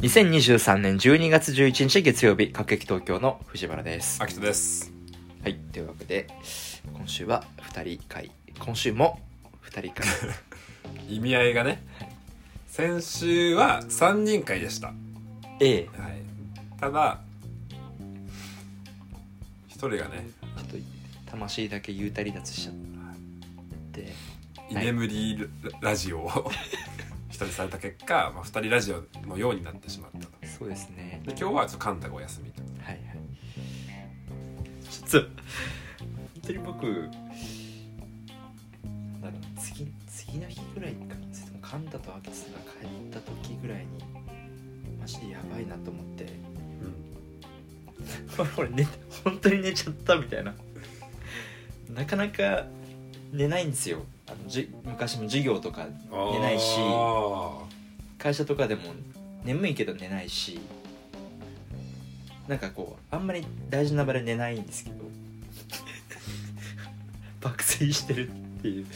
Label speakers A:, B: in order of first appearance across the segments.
A: 2023年12月11日月曜日、各駅東京の藤原です。
B: 秋人です。
A: はい、というわけで、今週は2人会。今週も2人会。
B: 意味合いがね、先週は三人会でした。は
A: A、ちょ
B: い。ただ、一人がね、
A: っと魂だけ幽体離脱しちゃって、
B: 居眠りララジオを一人された結果、まあ、二人ラジオのようになってしまったと。で
A: そうですね。
B: 今日はちょっとカンタがお休みと。
A: はいはい。ちょっと、本当に僕、なんだろう次、次の日ぐらいか、それとも神田と秋津が帰った時ぐらいに、マジでやばいなと思って、 俺寝本当に寝ちゃったみたいななかなか寝ないんですよあのじ昔も授業とか寝ないし
B: あ
A: 会社とかでも眠いけど寝ないしなんかこうあんまり大事な場で寝ないんですけど 爆睡してるっていう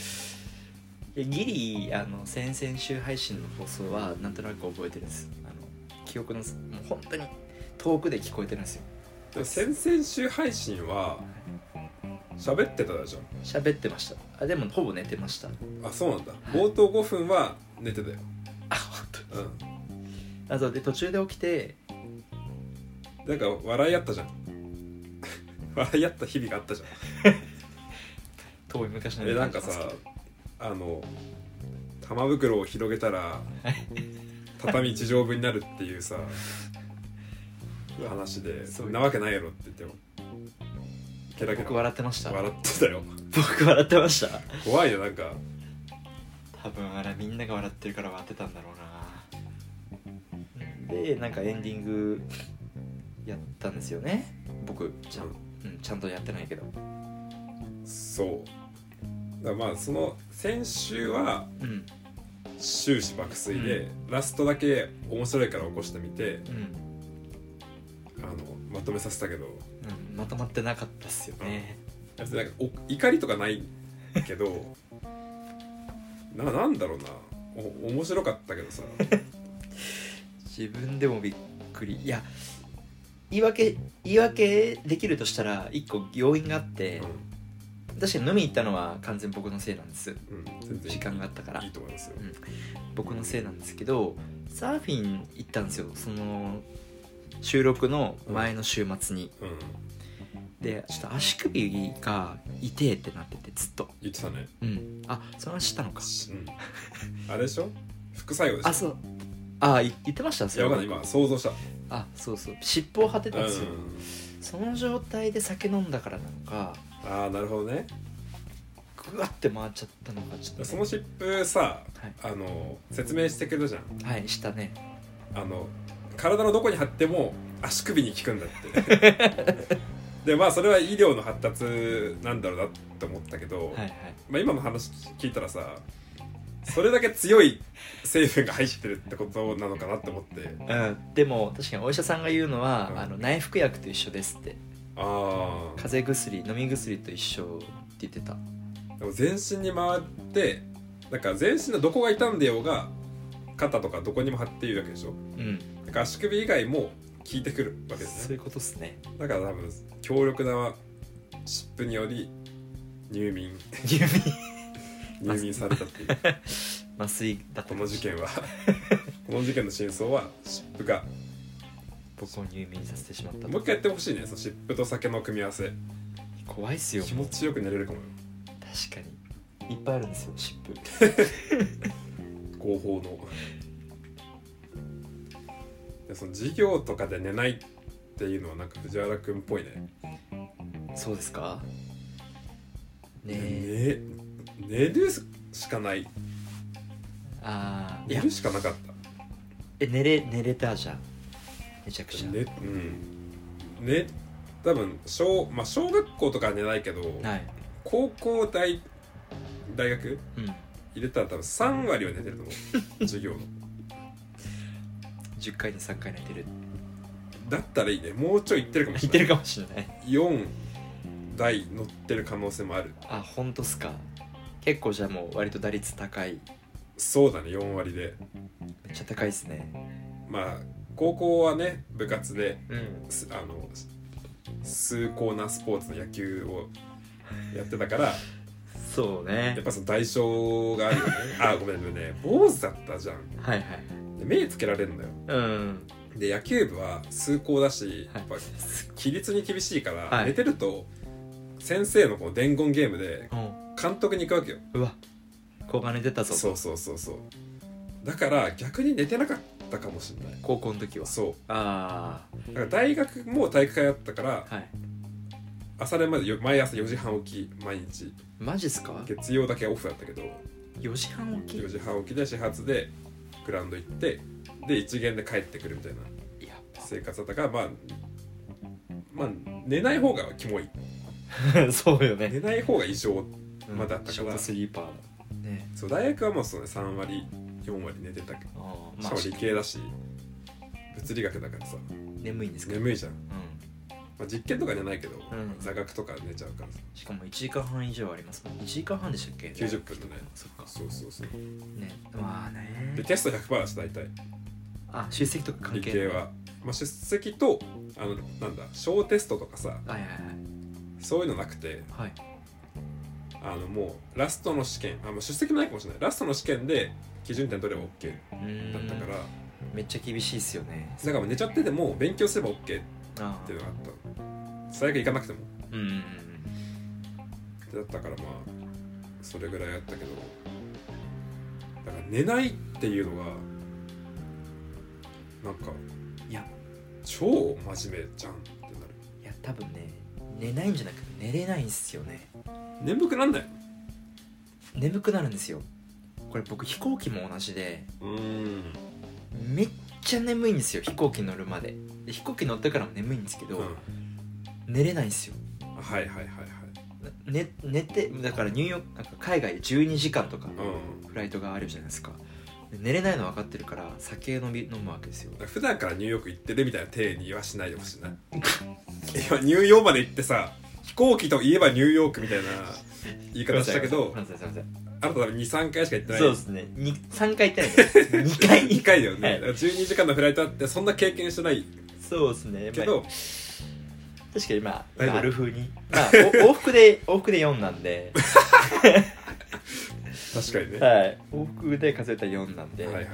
A: いやギリあの先々週配信の放送はなんとなく覚えてるんですあの記憶のもう本当に遠くで聞こえてるんですよ
B: ーでも先々週配信は、喋ってたじゃ
A: 喋ってましたあでもほぼ寝てました
B: ん。あ、そうなんだ。冒頭5分は寝てたよ。
A: あ本当
B: うん。
A: あそうで途中で起きて
B: なんか笑い合ったじゃん 笑い合った日々があったじゃ
A: 遠い昔の
B: んえなんかさあの玉袋を広げたら畳一畳分になるっていうさ話で「
A: そ
B: そ
A: い
B: う
A: うん
B: なわけないやろ」って言ってもケラケ
A: 僕
B: ラ
A: 笑ってました
B: 笑ってたよ
A: 僕笑ってました
B: 怖いよなんか
A: 多分あれみんなが笑ってるから笑ってたんだろうなでなんかエンディングやったんですよね僕ちゃん,、うん、ちゃんとやってないけど
B: そうだからまあその先週は
A: うん
B: 終始爆睡で、ラストだけ面白いから起こしてみて
A: うん、
B: あのまとめさせたけど
A: うん、まとまってなかったっすよね
B: 別になんかお怒りとかないけど ななんだろうなお面白かったけど さ
A: 自分でもびっくりいや言い訳言い訳できるとしたら一個要因があって、
B: う
A: 確かに飲み行ったのは完全僕のせいなんです
B: ん、うん、全然いい
A: 時間があったから
B: いいと思いますよ、
A: 僕のせいなんですけどサーフィン行ったんですよその収録の前の週末に、
B: うん、
A: でちょっと足首が痛えってなっててずっと
B: 言ってたね、
A: うんあその話したのか
B: うん、あれでしょ副作用でしょ
A: あそうあい言ってました
B: いやわかんない今想像した
A: あそうそう尻尾を張ってたん
B: う
A: ですよ、
B: ん
A: その状態で酒飲んだからなのか
B: ああなるほどね
A: グワッて回っちゃったのかちょっとね、
B: その湿布さ
A: はい、
B: あの説明してくれたじゃん
A: はい、したね
B: あの体のどこに貼っても足首に効くんだって でまあそれは医療の発達なんだろうなと思ったけど、
A: はいはい
B: まあ、今の話聞いたらさそれだけ強い成分が入ってるってことなのかなって思って
A: うん、でも確かにお医者さんが言うのは、
B: うん
A: あの内服薬と一緒ですって
B: ああ
A: 風邪薬飲み薬と一緒って言ってた
B: でも全身に回ってなんか全身のどこが痛んでようが肩とかどこにも張っているわけでしょ
A: うん
B: だから足首以外も効いてくるわけです
A: そう
B: ね
A: いうことっす ね
B: だから多分強力な湿布により入眠
A: 指
B: 入眠されたっていう
A: 麻酔だった
B: この事件はこの事件の真相は湿布が
A: 僕を入眠させてしまった
B: も
A: と
B: う一回やってほしいねその湿布と酒の組み合わせ
A: 怖いっすよ
B: 気持ちよく寝れるかもよ
A: 確かにいっぱいあるんですよ湿布
B: 合法のでその授業とかで寝ないっていうのはなんか藤原君っぽいね
A: そうですかねえ
B: ね寝るしかない
A: ああい
B: 寝
A: や
B: るしかなかった
A: え寝れ寝れたじゃんめちゃくちゃ、
B: ねうんね多分小,、まあ、小学校とかは寝ないけど、
A: はい
B: 高校大大学
A: うん
B: 入れたら多分3割は寝てると思 う授業の
A: 10回に3回泣いてる
B: だったらいいねもうちょい行ってるかも
A: 泣
B: し
A: いて
B: れ
A: る
B: ない
A: かもしれない
B: 4台乗ってる可能性もある
A: あ本当っすか結構じゃあもう割と打率高い
B: そうだね4割で
A: めっちゃ高いっすね
B: まあ高校はね部活で
A: うん
B: すあの崇高なスポーツの野球をやってたから
A: そうね
B: やっぱその代償があるよねあごめんごめんね坊主だったじゃん
A: はいはい
B: で目つけられるんだよ
A: うん
B: で野球部は崇高だし
A: は
B: や
A: い
B: っぱ規律に厳しいから、
A: はい
B: 寝てると先生のこの伝言ゲームで
A: うん
B: 監督に行くわけよ
A: うわ小金出たぞ
B: そうそうそうそうだから逆に寝てなかったかもしれない
A: 高校の時は
B: そ
A: あ
B: うだから大学も体育会あったから
A: あはい
B: 朝練までよ毎朝4時半起き毎日
A: マジっすか
B: 月曜だけオフだったけど
A: 4時半起
B: 4時半起きで始発でグラウンド行ってで一限で帰ってくるみたいな
A: きやっ
B: 生活だったからまあまあ寝ない方がキモい
A: ぱ そうよね
B: 寝ない方が異常
A: うん
B: まだあったから
A: ショートスリーパーもね
B: そう大学はもうそうね3割4割寝てたけど
A: あー
B: し
A: ま
B: かも理
A: あ
B: 系だし物理学だからさ
A: 眠いんですけど
B: 眠いじゃん、
A: うん
B: まあ、実験とか寝ないけど、
A: ん
B: 座学とか寝ちゃうからさ
A: しかも1時間半以上ありますもん1時間半でしたっけ
B: 90分のね
A: そっか
B: そうそうそう
A: ねまあ
B: で
A: ね
B: テスト100%だし大体
A: あ出席とか関
B: 理
A: 係ない
B: 系は、まあ、出席とあのなんだ小テストとかさ
A: はいはい
B: そういうのなくて
A: はいはい
B: あのもうラストの試験あもう出席もないかもしれないラストの試験で基準点取れば OK
A: うーん
B: だったから
A: めっちゃ厳しいっすよね
B: だからもう寝ちゃってても勉強すれば OK って
A: あ
B: いうのがあったの最悪行かなくても
A: ーうんうんうん
B: だったからまあそれぐらいやったけどだから寝ないっていうのがなんか
A: いや
B: 超真面目じゃんってなる
A: いや多分ね寝ないんじゃなくて寝れないんすよね
B: 眠くなんない
A: 眠くなるんですよこれ僕飛行機も同じで
B: うん
A: めっちゃ眠いんですよ飛行機乗るまでで飛行機乗ってからも眠いんですけど、
B: うん
A: 寝れないんですよ
B: はいはいはいはい
A: 寝寝てだからニューヨークなんか海外で12時間とか
B: うん
A: フライトがあるじゃないですかで寝れないの分かってるから酒飲み飲むわけですよ
B: だから普段からニューヨーク行ってるみたいな体にはしないでほしいな いやニューヨークまで行ってさ飛行機といえばニューヨークみたいな言い方したけど
A: ごめんなさいすいません
B: あなた多分23回しか行ってない
A: そう ですねに3回行ってないです2回
B: 2回だよね、
A: はい
B: だから12時間のフライトあってそんな経験してない
A: そうですね
B: けど、
A: まあ確かにま
B: 大丈夫
A: あある風にまあお往復で往復で4なん で
B: 確かにね、
A: はい往復で数えたら4なんで、
B: はいはい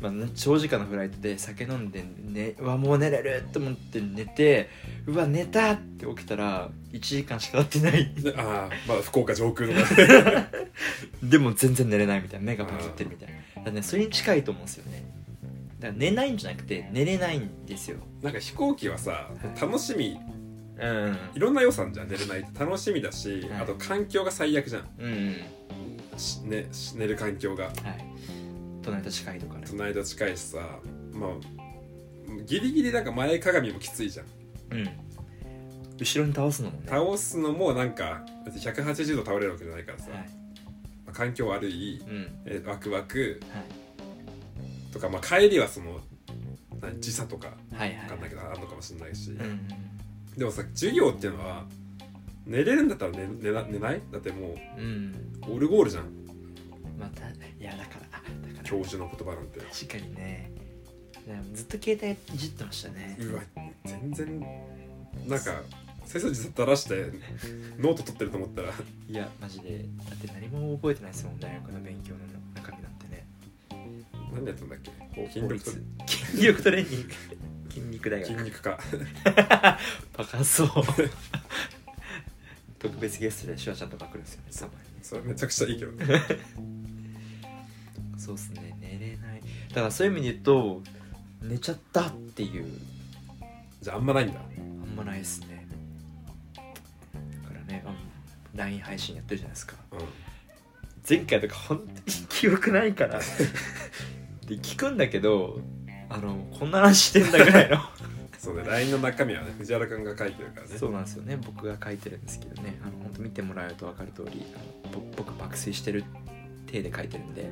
A: まあ、長時間のフライトで酒飲んで、ね、うわもう寝れると思って寝てうわ寝たって起きたら1時間しか経ってない
B: でああまだ福岡上空の
A: でも全然寝れないみたいな目がパキってるみたいなだからねそれに近いと思うんですよねだから寝ないんじゃなくて寝れないんですよ
B: なんか飛行機はさ楽しみ
A: うん
B: いろんな予算じゃん寝れないって楽しみだし、
A: はい
B: あと環境が最悪じゃん
A: うんうん
B: し、ね、し寝る環境が
A: はい隣と近いとかね
B: 隣と近いしさまあギリギリなんか前かがみもきついじゃん
A: うん後ろに倒すのもね
B: 倒すのもなんか別に180度倒れるわけじゃないからさ、
A: はい
B: まあ環境悪い
A: うん
B: えワクワク
A: は
B: とか、まあ、帰りはその何時差とか
A: いはいは
B: 分か
A: い
B: んないけどあるのかもしれないし、
A: うんうん
B: でもさ授業っていうのは寝れるんだったら寝寝な寝ないだっても
A: うんうん
B: うオルゴールじゃん
A: またいやだからあだから
B: 教授の言葉なんて
A: 確かにねでもずっと携帯いじってましたね
B: うわ全然なんか背筋垂らしてノート取ってると思ったら
A: いやマジでだって何も覚えてないですもん大学の勉強の中身なんてね
B: 何やったんだっけ筋
A: 法
B: 力と
A: 律筋力トレーニング筋肉大
B: 筋
A: 学
B: 肉か
A: バカそう 特別ゲストでシュワちゃんとか来るんですよねたまにね
B: それめちゃくちゃいいけどね
A: そうっすね寝れないだからそういう意味で言うと寝ちゃったっていう
B: じゃああんまないんだ
A: あんまないですねだからねあの LINE 配信やってるじゃないですか
B: う
A: 前回とか本当に記憶ないからで聞くんだけどあのこんな話してんだぐらいの
B: んそうね LINE の中身はね藤原君が書いてるから ね
A: そうなんですよね僕が書いてるんですけどねあの本当見てもらえると分かる通りあのぼ僕爆睡してる体で書いてるんで、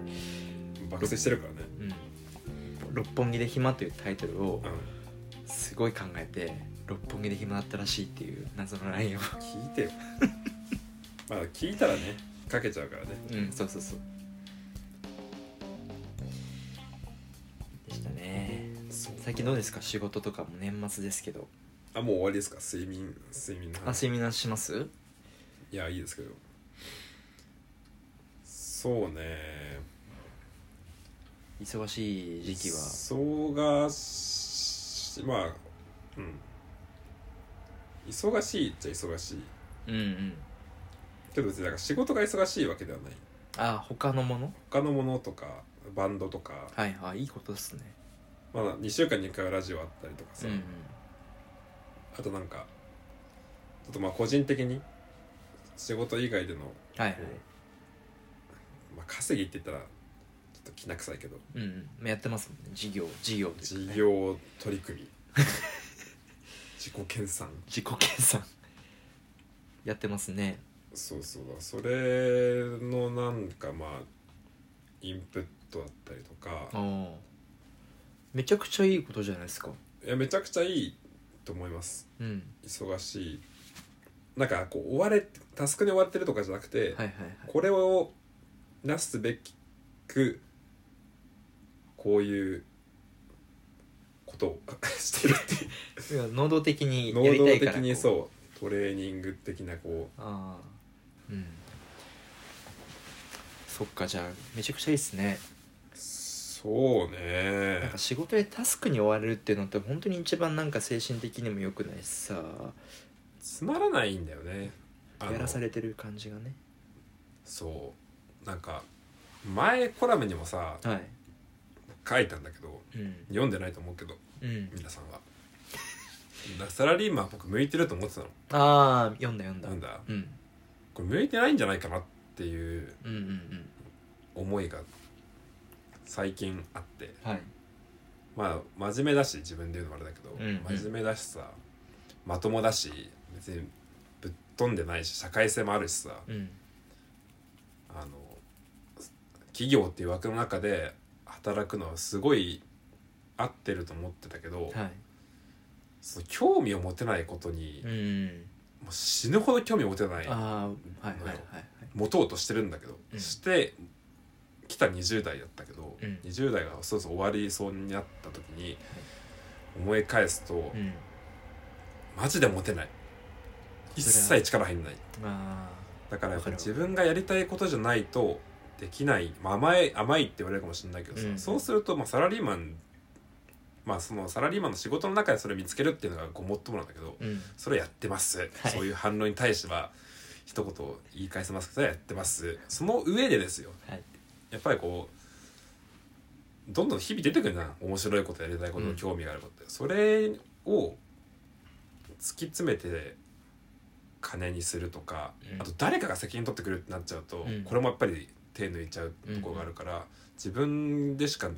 B: 爆睡してるからね
A: うん六本木で暇」というタイトルを
B: う
A: すごい考えて六本木で暇だったらしいっていう謎のラインを
B: ん聞いてよ まあ聞いたらねかけちゃうからね
A: うんそうそうそうでしたね
B: そう
A: 最近どうですか仕事とかも年末ですけど
B: あもう終わりですか睡眠睡眠の
A: あ
B: 話
A: セミナーします
B: いやいいですけどそうね
A: 忙しい時期は
B: 忙しまあうん忙しいっちゃ忙しい
A: うんうん
B: けど別になんか仕事が忙しいわけではない
A: あ他のもの
B: 他のものとかバンドとか、
A: はいはいいいことですね
B: まあ、2週間に1回はラジオあったりとかさ、
A: うんうん
B: あとなんかちょっとまあ個人的に仕事以外での、
A: はいはい
B: こうまあ、稼ぎって言ったらちょっときな臭いけど
A: うんうんやってますもんね事業事業という
B: 事
A: かね
B: 業取り組 み自己研鑽
A: 自己計算 やってますね
B: そうそうだそれのなんかまあインプットだったりと
A: お
B: か
A: おめちゃくちゃいいことじゃないですか
B: いやめちゃくちゃいいと思います
A: うん
B: 忙しいなんかこう追われタスクに追われてるとかじゃなくて、
A: はいはいはい
B: これをなすべくこういうことをしてるっていう
A: いや能動的にや
B: 能
A: りた
B: 動
A: いか
B: 的
A: ら
B: に
A: う
B: そうトレーニング的なこ
A: ああうんそっかじゃあめちゃくちゃいいっすね
B: うそうね
A: なんか仕事でタスクに追われるっていうのって本当に一番なんか精神的にも良くないしさ
B: つまらないんだよねあの
A: やらされてる感じがね
B: そうなんか前コラムにもさ
A: はい
B: 書いたんだけど
A: うん
B: 読んでないと思うけど
A: うん
B: 皆さんはだサラリーマン僕向いてると思ってたの
A: ああ読んだ読んだ
B: なんだ
A: うん
B: これ向いてないんじゃないかなっていう
A: うんうんうん
B: 思いが最近あって
A: はい
B: まあ真面目だし自分で言うのもあれだけど、
A: うんうん
B: 真面目だしさまともだし別にぶっ飛んでないし社会性もあるしさ
A: うん
B: あの企業っていう枠の中で働くのはすごい合ってると思ってたけど、
A: はい
B: その興味を持てないことに、
A: う
B: も
A: ん
B: う死ぬほど興味を持てない
A: ああはいはいはいはい
B: 持とうとしてるんだけど、
A: うん
B: して来た20代だったけど、
A: うん
B: 20代がそろそろ終わりそうになった時に思い返すと、
A: うん
B: マジで持てない一切力入んない
A: ま
B: だからやっぱ
A: わかる
B: 自分がやりたいことじゃないとできない、まあ、甘い甘いって言われるかもしれないけどさ、
A: うん
B: そうするとまあサラリーマンまあそのサラリーマンの仕事の中でそれ見つけるっていうのがごもっともなんだけど
A: あうん
B: それやってます、そういう反論に対しては一言言い返せますけどやってますその上でですよ
A: はい
B: やっぱりこうどんどん日々出てくるな面白いことやりたいこと、
A: うん
B: 興味があることってそれを突き詰めて金にするとか、
A: うん
B: あと誰かが責任取ってくるってなっちゃうと、
A: うん
B: これもやっぱり手抜いちゃうところがあるから、自分でしか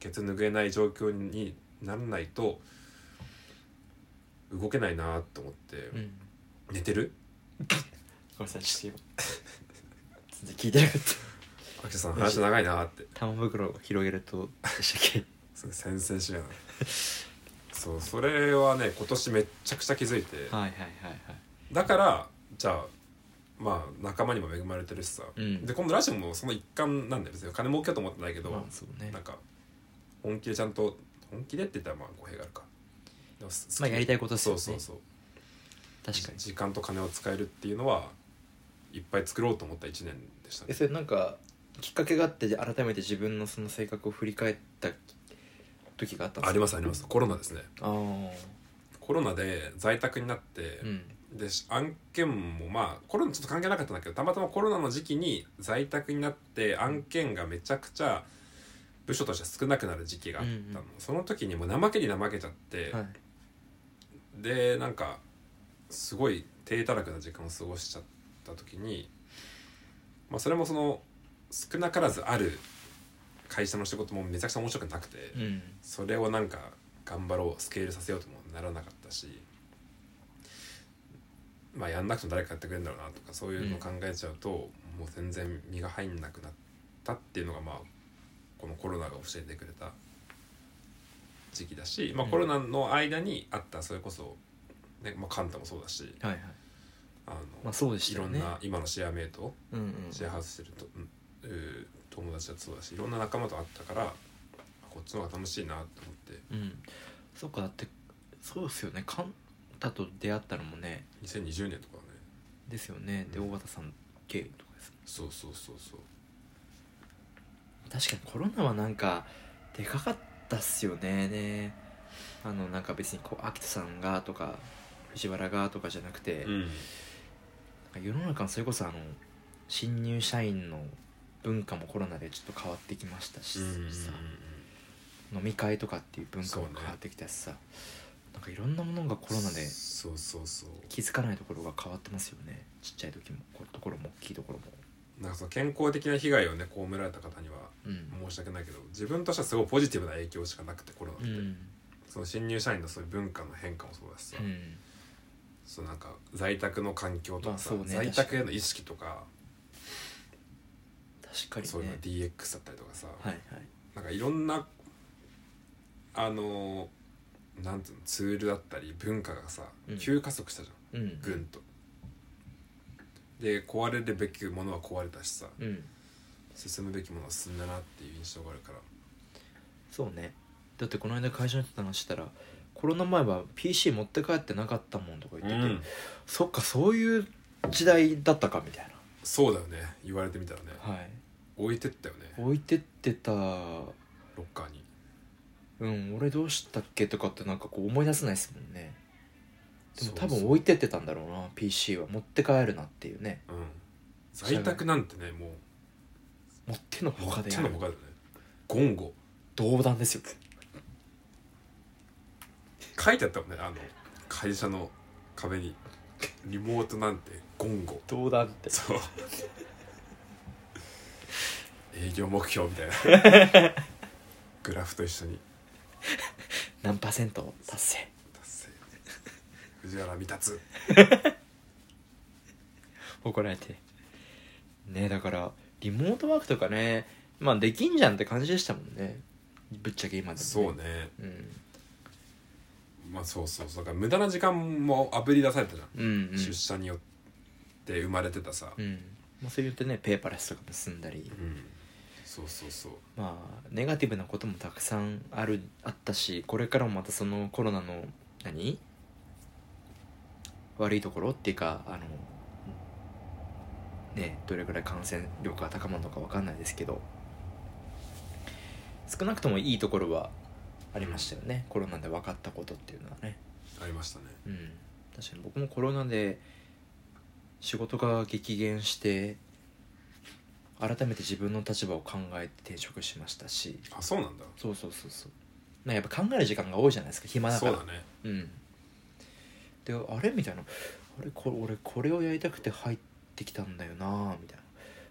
B: ケツ拭えない状況にならないと動けないなと思って、
A: うん
B: 寝てる
A: ごめんなさいちょっと今 全然聞いてなかった
B: 秋田さん話長いなって
A: 玉袋を広げるとでしたっ
B: それ先 々週やなそうそれはね今年めっちゃくちゃ気づいて
A: け はいはいはいはい
B: だからじゃあまあ仲間にも恵まれてるしさ、
A: うん
B: で今度ラジオもその一環なんだよ別に金儲けようと思ってないけど、
A: まあそうね
B: なんか本気でちゃんと本気でって言ったらまあ語弊があるかでもす
A: まあやりたいことです
B: そ
A: よ
B: う
A: ね
B: そうそう
A: 確かに
B: 時間と金を使えるっていうのはいっぱい作ろうと思った1年でした
A: え
B: ね
A: それなんかきっかけがあって改めて自分のその性格を振り返った時があったんで
B: あ
A: す
B: り
A: か
B: ますありますコロナですね
A: ああー
B: コロナで在宅になって、
A: うん
B: でし案件もまあコロナちょっと関係なかったんだけどたまたまコロナの時期に在宅になって案件がめちゃくちゃ部署として少なくなる時期があったの、
A: うんうん
B: その時にもう怠けに怠けちゃって、
A: はい
B: でなんかすごい低たらくな時間を過ごしちゃった時に、まあ、それもその少なからずある会社の仕事もめちゃくちゃ面白くなくて、
A: うん
B: それをなんか頑張ろうスケールさせようともならなかったしまあやんなくても誰かやってくれるんだろうなとかそういうのを考えちゃうと、もう全然身が入んなくなったっていうのがまあこのコロナが教えてくれた時期だし、まあ、
A: うん
B: コロナの間にあったそれこそ、ねまあ、カンタもそうだし
A: はいはい
B: あの、
A: まあそうでし
B: い
A: た
B: ろ
A: よ
B: ん
A: ね
B: な今のシェアメイト
A: うんうん
B: シェアハウスしてると、うんえー友達だってそうだしいろんな仲間と会ったからこっちの方が楽しいなと思って
A: うんそっかだってそうですよねカンタと出会ったのもね
B: 2020年とかだね
A: ですよねで尾
B: うん
A: 形さんゲイとかです
B: そうそうそうそう
A: 確かにコロナはなんかでかかったっすよねねあのなんか別にこう秋田さんがとか藤原がとかじゃなくて、
B: うん
A: なんか世の中のそれこそあの新入社員の文化もコロナでちょっと変わってきましたし
B: う
A: さ、
B: んうんうん
A: 飲み会とかっていう文化も
B: そうね
A: 変わってきたしさ、なんかいろんなものがコロナで
B: そうそうそう
A: 気づかないところが変わってますよねちっちゃい時もこうところも大きいところも
B: なんかその健康的な被害をね被られた方には
A: うん、
B: 申し訳ないけど自分としてはすごいポジティブな影響しかなくてコロナっ
A: う
B: て、
A: ん
B: その新入社員のそういう文化の変化もそうだしさ、
A: うん、
B: そのなんか在宅の環境とかさ、
A: まあそうね
B: 在宅への意識とか
A: 確かにね
B: そういうの DX だったりとかさ、
A: はいはい
B: なんかいろんなあのーなんていうのツールだったり文化がさ
A: うん
B: 急加速したじゃん、
A: うん
B: ぐんと。で壊れるべきものは壊れたしさ
A: うん
B: 進むべきものは進んだなっていう印象があるから
A: そうねだってこの間会社の人と話してたらコロナ前は PC 持って帰ってなかったもんとか言ってて、
B: うん
A: そっかそういう時代だったかみたいな
B: そうだよね言われてみたらね
A: はい
B: 置いてったよね
A: 置いてってた
B: ロッカーに
A: うん俺どうしたっけとかってなんかこう思い出せないですもんねでも多
B: そう
A: 分
B: そう
A: 置いてってたんだろうな PC は持って帰るなっていうね
B: うん在宅なんてねもう
A: 持ってのほかで
B: 手
A: や
B: の
A: る
B: ほかだよね言語
A: 同断ですよ
B: 書いてあったもんねあの会社の壁にリモートなんて言語
A: 同断って
B: そう営業目標みたいな グラフと一緒に
A: 何パーセント達成
B: 達成 藤原未達
A: 怒られてねだからリモートワークとかねまあできんじゃんって感じでしたもんねぶっちゃけ今でも、
B: そうね
A: うん、
B: まあそうそうそうだから無駄な時間もあぶり出されたじゃん、
A: うんうん
B: 出社によって生まれてたさ、
A: うんまあ、それによってねペーパーレスとか結んだり
B: うんそうそうそう
A: まあネガティブなこともたくさんあるあったしこれからもまたそのコロナの何悪いところっていうかあのねどれくらい感染力が高まるのかわかんないですけど少なくともいいところはありましたよね、コロナで分かったことっていうのはね
B: ありましたね
A: うん確かに僕もコロナで仕事が激減して改めて自分の立場を考えて転職しましたし
B: あそうなんだ
A: そうそうそうそうなんかやっぱ考える時間が多いじゃないですか暇だか
B: そ
A: ら
B: うだね
A: うんであれみたいなあれこれ俺これをやりたくて入ってきたんだよなみたいな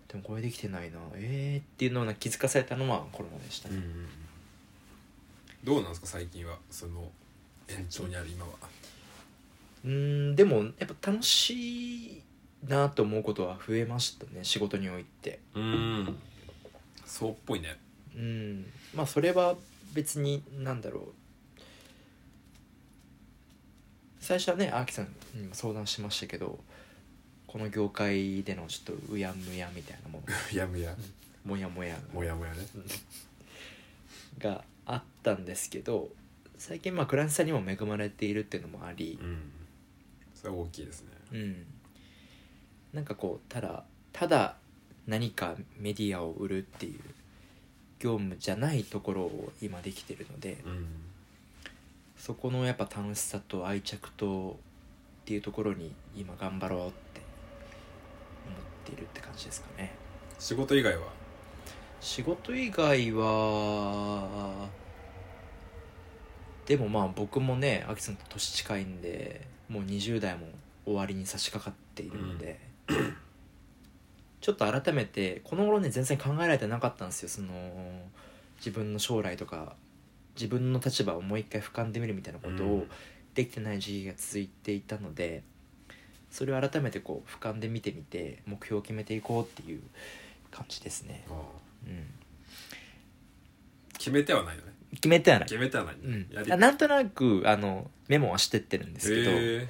A: でもこれできてないなえー、っていうのをなんか気づかされたのはコロナでした
B: うん
A: ね、
B: うんうんどうなんですか最近はその延長にある今は
A: うーんでもやっぱ楽しいなと思うことは増えましたね仕事において
B: うんそうっぽいね
A: うんまあそれは別になんだろう最初はねアキさんにも相談しましたけどこの業界でのちょっとうやむやみたいなも
B: やむや
A: のもやもや
B: もやもやね
A: があったんですけど最近まあクライアントさんにも恵まれているっていうのもあり、
B: うんそれは大きいですね
A: うん、なんかこうただただ何かメディアを売るっていう業務じゃないところを今できてるので
B: うん
A: そこのやっぱ楽しさと愛着とっていうところに今頑張ろうって思っているって感じですかね
B: 仕事以外は
A: 仕事以外はでもまあ僕もねアキさんと年近いんでもう20代も終わりに差し掛かっているので、ちょっと改めてこの頃ね全然考えられてなかったんですよその自分の将来とか自分の立場をもう一回俯瞰で見るみたいなこと
B: う
A: を
B: ん
A: できてない時期が続いていたのでそれを改めてこう俯瞰で見てみて目標を決めていこうっていう感じですね。
B: あ
A: うん
B: 決めてはないよね
A: 決めてはない、
B: 決めてはない、ね
A: うん
B: やり、
A: あなんとなくあのメモはしてってるんですけど、
B: へ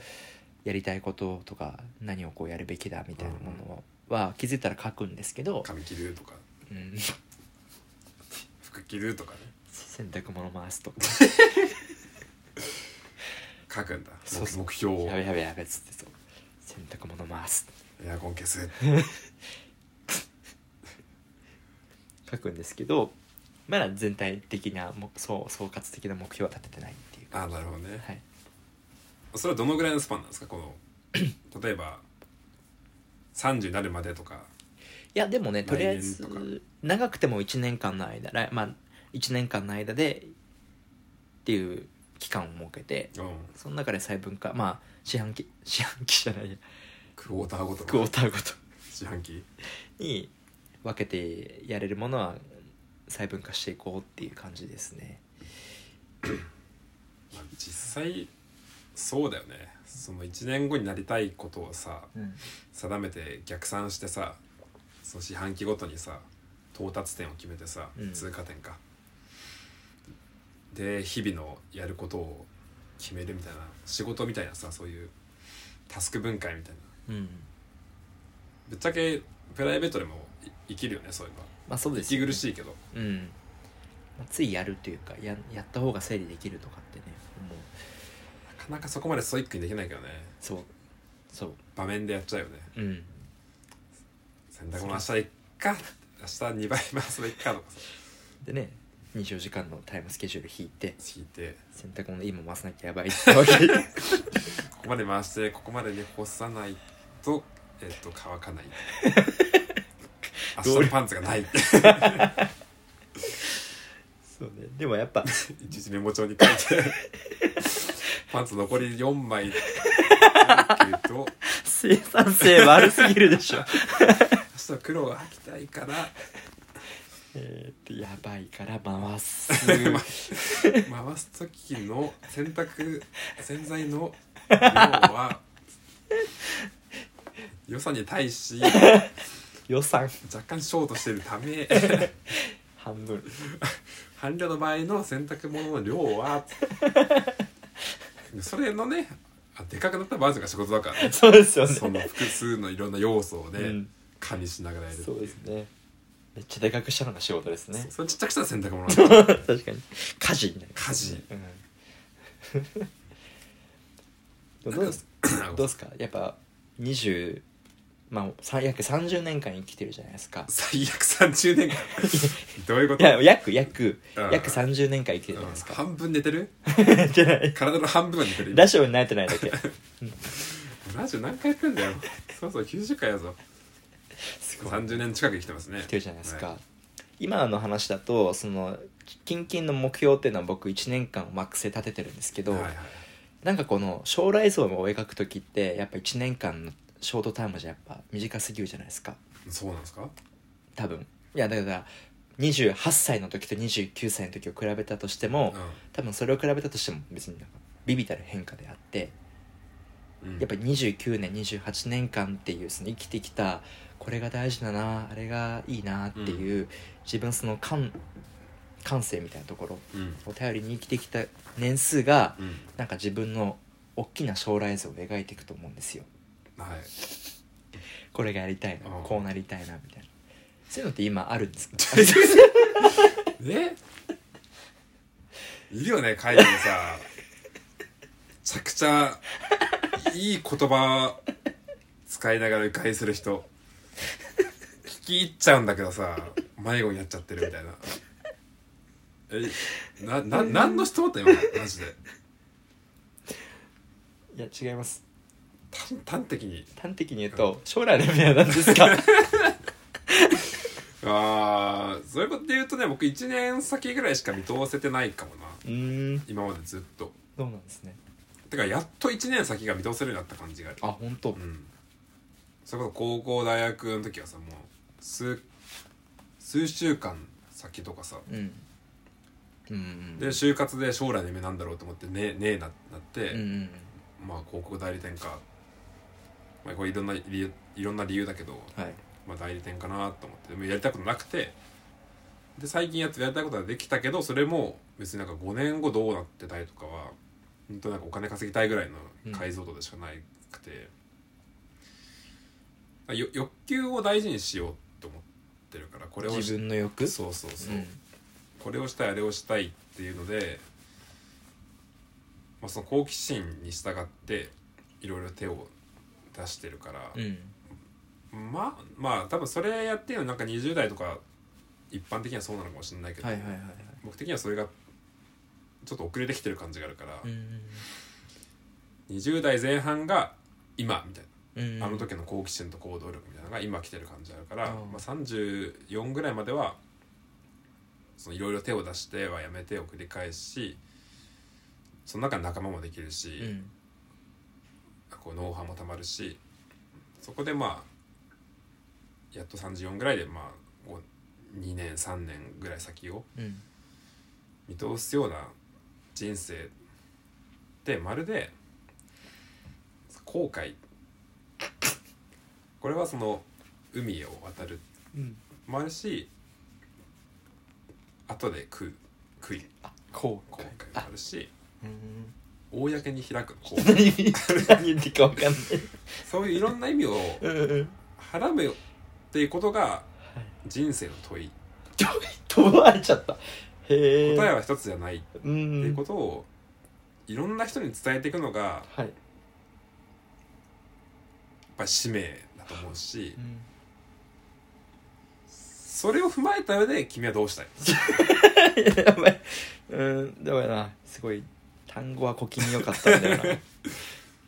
A: やりたいこととか何をこうやるべきだみたいなものは気づいたら書くんですけど
B: ー、髪切るとか
A: うん、
B: 服着るとかね
A: そ洗濯物回すと
B: 書くんだ
A: そうそう
B: 目標を
A: やべやべやべっつってそう洗濯物回す
B: エアコン消す
A: 書くんですけどまだ全体的なもそう総括的な目標は立ててないっていう
B: ああなるほどね
A: はい
B: それはどのぐらいのスパンなんですかこの例えば30になるまでとか
A: いやでもねとりあえ
B: 来年
A: ず長くても1年間の間来まあ1年間の間でっていう期間を設けて
B: うん
A: その中で細分化まあ四半期四半期じゃないや
B: クォーターごと
A: クォー
B: か
A: ターごと
B: 四半期
A: に分けてやれるものは細分化していこうっていう感じですね
B: まあ実際そうだよねその1年後になりたいことをさ
A: うん
B: 定めて逆算してさその四半期ごとにさ到達点を決めてさ、
A: うん
B: 通過点かで日々のやることを決めるみたいな仕事みたいなさそういうタスク分解みたいなぶっちゃけプライベートでもい生きるよねそういえ
A: まあそう
B: ば
A: で
B: 息
A: す
B: 苦
A: い
B: しいけど
A: うんまあついやるっていうかややった方が整理できるとかってね思う
B: なかなかそこまでストイックにできないけどね
A: そうそう
B: 場面でやっちゃうよね
A: うん
B: 洗濯物明日でいっか明日2倍回すでいっかとかさ
A: でね24時間のタイムスケジュール引いて
B: 引いて
A: 洗濯物今回さなきゃやばいって わけ
B: ここまで回してここまでに干さないとえっと乾かない明日のパンツがない
A: そうねでもやっぱ
B: 一日メモ帳に書いて パンツ残り4枚ある けど
A: 生産性悪すぎるでしょ、
B: 明日黒が履きたいから
A: えーとやばいから回 す
B: 回す時の洗濯洗剤の量は予算に対し
A: 予算
B: 若干ショートしてるため
A: 半分
B: 半量の場合の洗濯物の量 はそれのねあでかくなったバージョンが仕事だからね
A: そうですよね
B: その複数のいろんな要素をね、
A: うん
B: 加味しながらやる
A: そうですねめっちゃでかくしたのが仕事ですね
B: そそれちっちゃくしたら洗濯 物なんだ
A: 確かに家事になる
B: 家事
A: うん でもどうですどうですかやっぱ20まあさ約30年間生きてるじゃないですか
B: 最悪30年間どういうこ
A: い
B: と
A: や約約
B: うん
A: 約30年間生きてるじゃないです
B: うん
A: か
B: 半分寝てる
A: じゃない
B: 体の半分は寝てる今
A: ラジオに慣れてないだけ
B: ラジオ何回やってんだよそろそろ90回やぞ
A: すごい
B: 30年近く生きてますね
A: 生きてるじゃないですか、
B: は
A: 今の話だとその近々の目標っていうのは僕1年間マックスで立ててるんですけど、
B: はいはい
A: なんかこの将来像を描く時ってやっぱ1年間のショートタームじゃやっぱ短すぎるじゃないですか
B: そうなんですか
A: 多分いやだから28歳の時と29歳の時を比べたとしても、多分それを比べたとしても別になんかビビたる変化であって
B: うんうん
A: やっぱり29年28年間っていうその生きてきたこれが大事だなあれがいいなっていう、自分その感感性みたいなところ
B: うん
A: を頼りに生きてきた年数が
B: うん
A: なんか自分の大きな将来像を描いていくと思うんですよ
B: はい
A: これがやりたいな
B: うん
A: こうなりたいなみたいなそういうのって今あるんですか
B: えいるよね会議にさめちゃくちゃいい言葉使いながら迂回する人聞き入っちゃうんだけどさ迷子になっちゃってるみたいなえなな何の質問だった今マジで
A: いや違います
B: 端端的に
A: 端的に言うと将来の夢は何です か
B: ああそういうことで言うとね僕1年先ぐらいしか見通せてないかもな
A: うーん
B: 今までずっと
A: そうなんですね
B: てかやっと1年先が見通せるようになった感じがある
A: あ本当、
B: うんそれこそ高校大学の時はさもう数数週間先とかさ
A: うんうん
B: で就活で将来の夢なんだろうと思ってねねえななって、
A: うんうん
B: まあ広告代理店か、まあ、これいろんな理由いろんな理由だけど、
A: はい
B: まあ、代理店かなと思ってでもやりたくなくてで最近やってやりたいことはできたけどそれも別になんか5年後どうなってたりとかは本当なんかお金稼ぎたいぐらいの解像度でしかなくて、よ欲求を大事にしようと思ってるからこれを
A: 自分の欲
B: そうそうそう、
A: うん
B: ここれをしたいあれをしたいっていうので、まあ、その好奇心に従っていろいろ手を出してるから、
A: うん
B: まあまあ多分それやってるのなんか20代とか一般的にはそうなのかもしれないけど、
A: はいはいはいはい
B: 僕的にはそれがちょっと遅れてきてる感じがあるから、20代前半が今みたいな。
A: うん
B: あの時の好奇心と行動力みたいなのが今来てる感じあるから、
A: うん
B: まあ、34ぐらいまではそのいろいろ手を出してはやめてを繰り返しその中に仲間もできるし、
A: うん
B: こうノウハウもたまるしそこでまあやっと34ぐらいでまあこう2年3年ぐらい先を
A: うん
B: 見通すような人生ってまるで後悔これはその海を渡る
A: うん
B: もあるし後で食う食い
A: あこう
B: 後
A: こ
B: 悔もあるし
A: ううん
B: 公に開く後悔
A: 何言っていいかわかんない
B: そういういろんな意味を
A: うんうん
B: はらむっていうことが人生の問い
A: 飛ばれちゃったへえ
B: 答えは一つじゃないって
A: うん
B: いうことをいろんな人に伝えていくのがやっ
A: はい
B: ぱり使命だと思うし
A: うん
B: それを踏まえた上で君はどうしたい
A: やばいうんでもなすごい単語は小気味よかったんだよ ない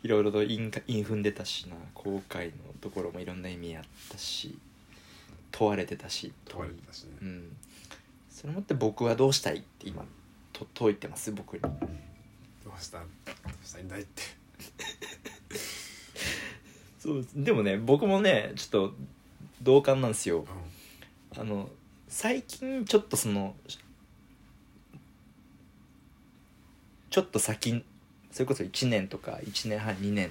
A: ろいろと韻か韻踏んでたしな後悔のところもいろんな意味あったし問われてたし
B: 問われてたしね
A: うんそれもって僕はどうしたいって今と解いてます僕に
B: どうしたどうしたいんだいって
A: そうですでもね僕もねちょっと同感なんですよあの最近ちょっとそのちょっと先それこそ1年とか1年半2年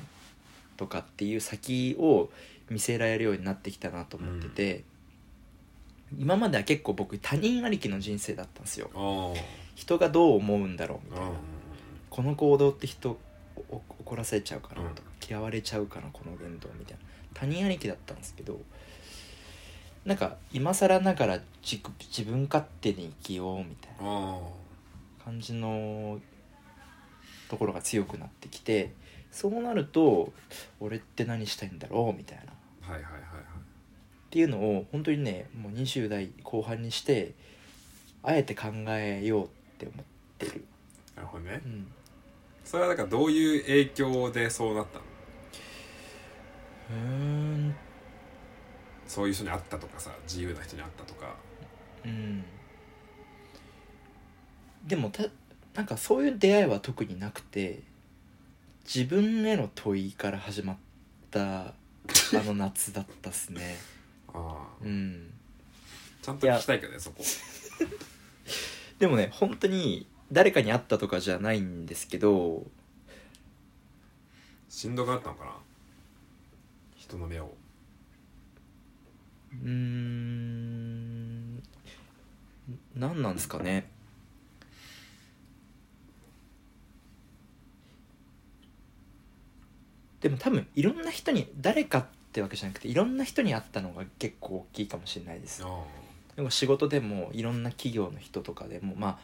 A: とかっていう先を見せられるようになってきたなと思ってて、今までは結構僕他人ありきの人生だったんですよ
B: うんおー
A: 人がどう思うんだろうみ
B: う
A: たいな、
B: ん
A: この行動って人おお怒らせちゃうかなとか、嫌われちゃうかなこの言動みたいな他人ありきだったんですけどなんか今更ながら自自分勝手に生きようみたいな
B: お
A: 感じのところが強くなってきてそうなると俺って何したいんだろうみたいなっ
B: ーはいはいはいはい
A: ていうのを本当にねもう20代後半にしてあえて考えようって思ってる。
B: なるほどね
A: うん
B: それはだからどういう影響でそうなったの
A: うーん
B: そういう人に会ったとかさ自由な人に会ったとか
A: うんでもたなんかそういう出会いは特になくて自分への問いから始まったあの夏だったっすね
B: ああ
A: うん
B: ちゃんと聞きたいけどねそこ
A: でもね本当に誰かに会ったとかじゃないんですけど
B: しんどくなったのかな人の目を
A: うーん何なんですかねでも多分いろんな人に誰かってわけじゃなくていろんな人に会ったのが結構大きいかもしれないです
B: あ
A: でも仕事でもいろんな企業の人とかでもまあ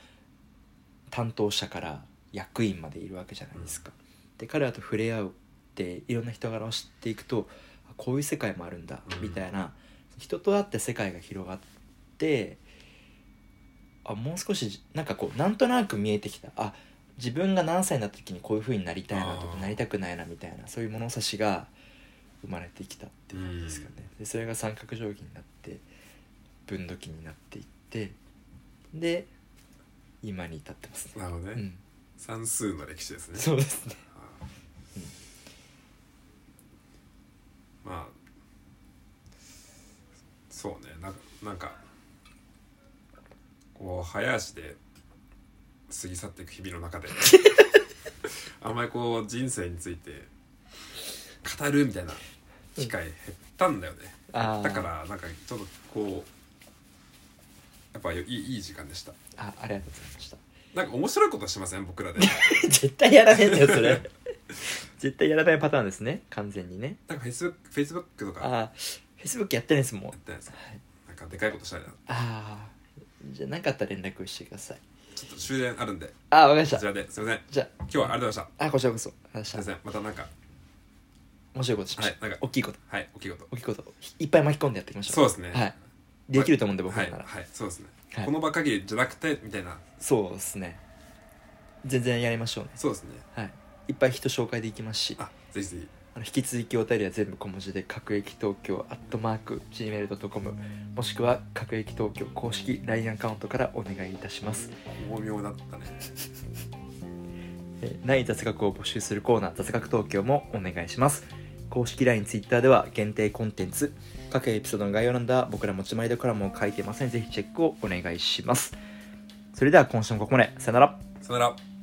A: 担当者から役員までいるわけじゃないですか、で彼らと触れ合うっていろんな人柄を知っていくとあこういう世界もあるんだ
B: うん
A: みたいな、人と会って世界が広がってあもう少しなんかこうなんとなく見えてきたあ自分が何歳になった時にこういう風になりたいなと
B: あ
A: か
B: ー
A: なりたくないなみたいなそういう物差しが生まれてきたっていう感じですかね、でそれが三角定規になって分度器になっていってで今に至ってます
B: あ
A: ね、
B: なるほどね、
A: うん、
B: 算数の歴史ですね
A: そうですね
B: ああまあそうねなんかなんかこう早足で過ぎ去っていく日々 の中であんまりこう人生について語るみたいな機会減ったんだよね、
A: あー
B: だからなんかちょっとこうやっぱいいいい時間でした
A: あありがとうございました
B: なんか面白いことしません僕らで
A: 絶対やらねえんだよそれ 絶対やらないパターンですね完全にね
B: なんかフェイスブックフェイスブックとかやっ
A: ああフェイスブックやってないですもん
B: てないですか
A: はい
B: なんかでかいことしたいな
A: ああじゃなかったら連絡してください
B: ちょっと終電あるんで
A: あわかりま
B: こ
A: し
B: ち
A: た
B: らですいません
A: じゃ
B: 今日はありがとうございまし
A: ああこちらこそあした
B: すいませんまたなんか
A: 面白いことしましょう、
B: はいなんか
A: 大きいこと
B: はいおき事
A: 大きいことひいっぱい巻き込んでやっていきましょう
B: そうですね
A: はいできると思うんで僕
B: は
A: ら
B: い
A: なら、
B: はいそうですね
A: はい
B: この場限りじゃなくてみたいな
A: そうですね全然やりましょうね
B: そうですね
A: はいいっぱい人紹介できますし
B: あぜひぜひ
A: あの引き続きお便りは全部小文字で各駅東京アットマーク Gmail.com もしくは各駅東京公式 LINE アカウントからお願いいたします
B: 巧妙だったね
A: えーない雑学を募集するコーナー雑学東京もお願いします公式 LINETwitter では限定コンテンツ各エピソードの概要欄だ僕ら持ち前でコラムを書いてますのでぜひチェックをお願いしますそれでは今週もここまでさよなら
B: さよなら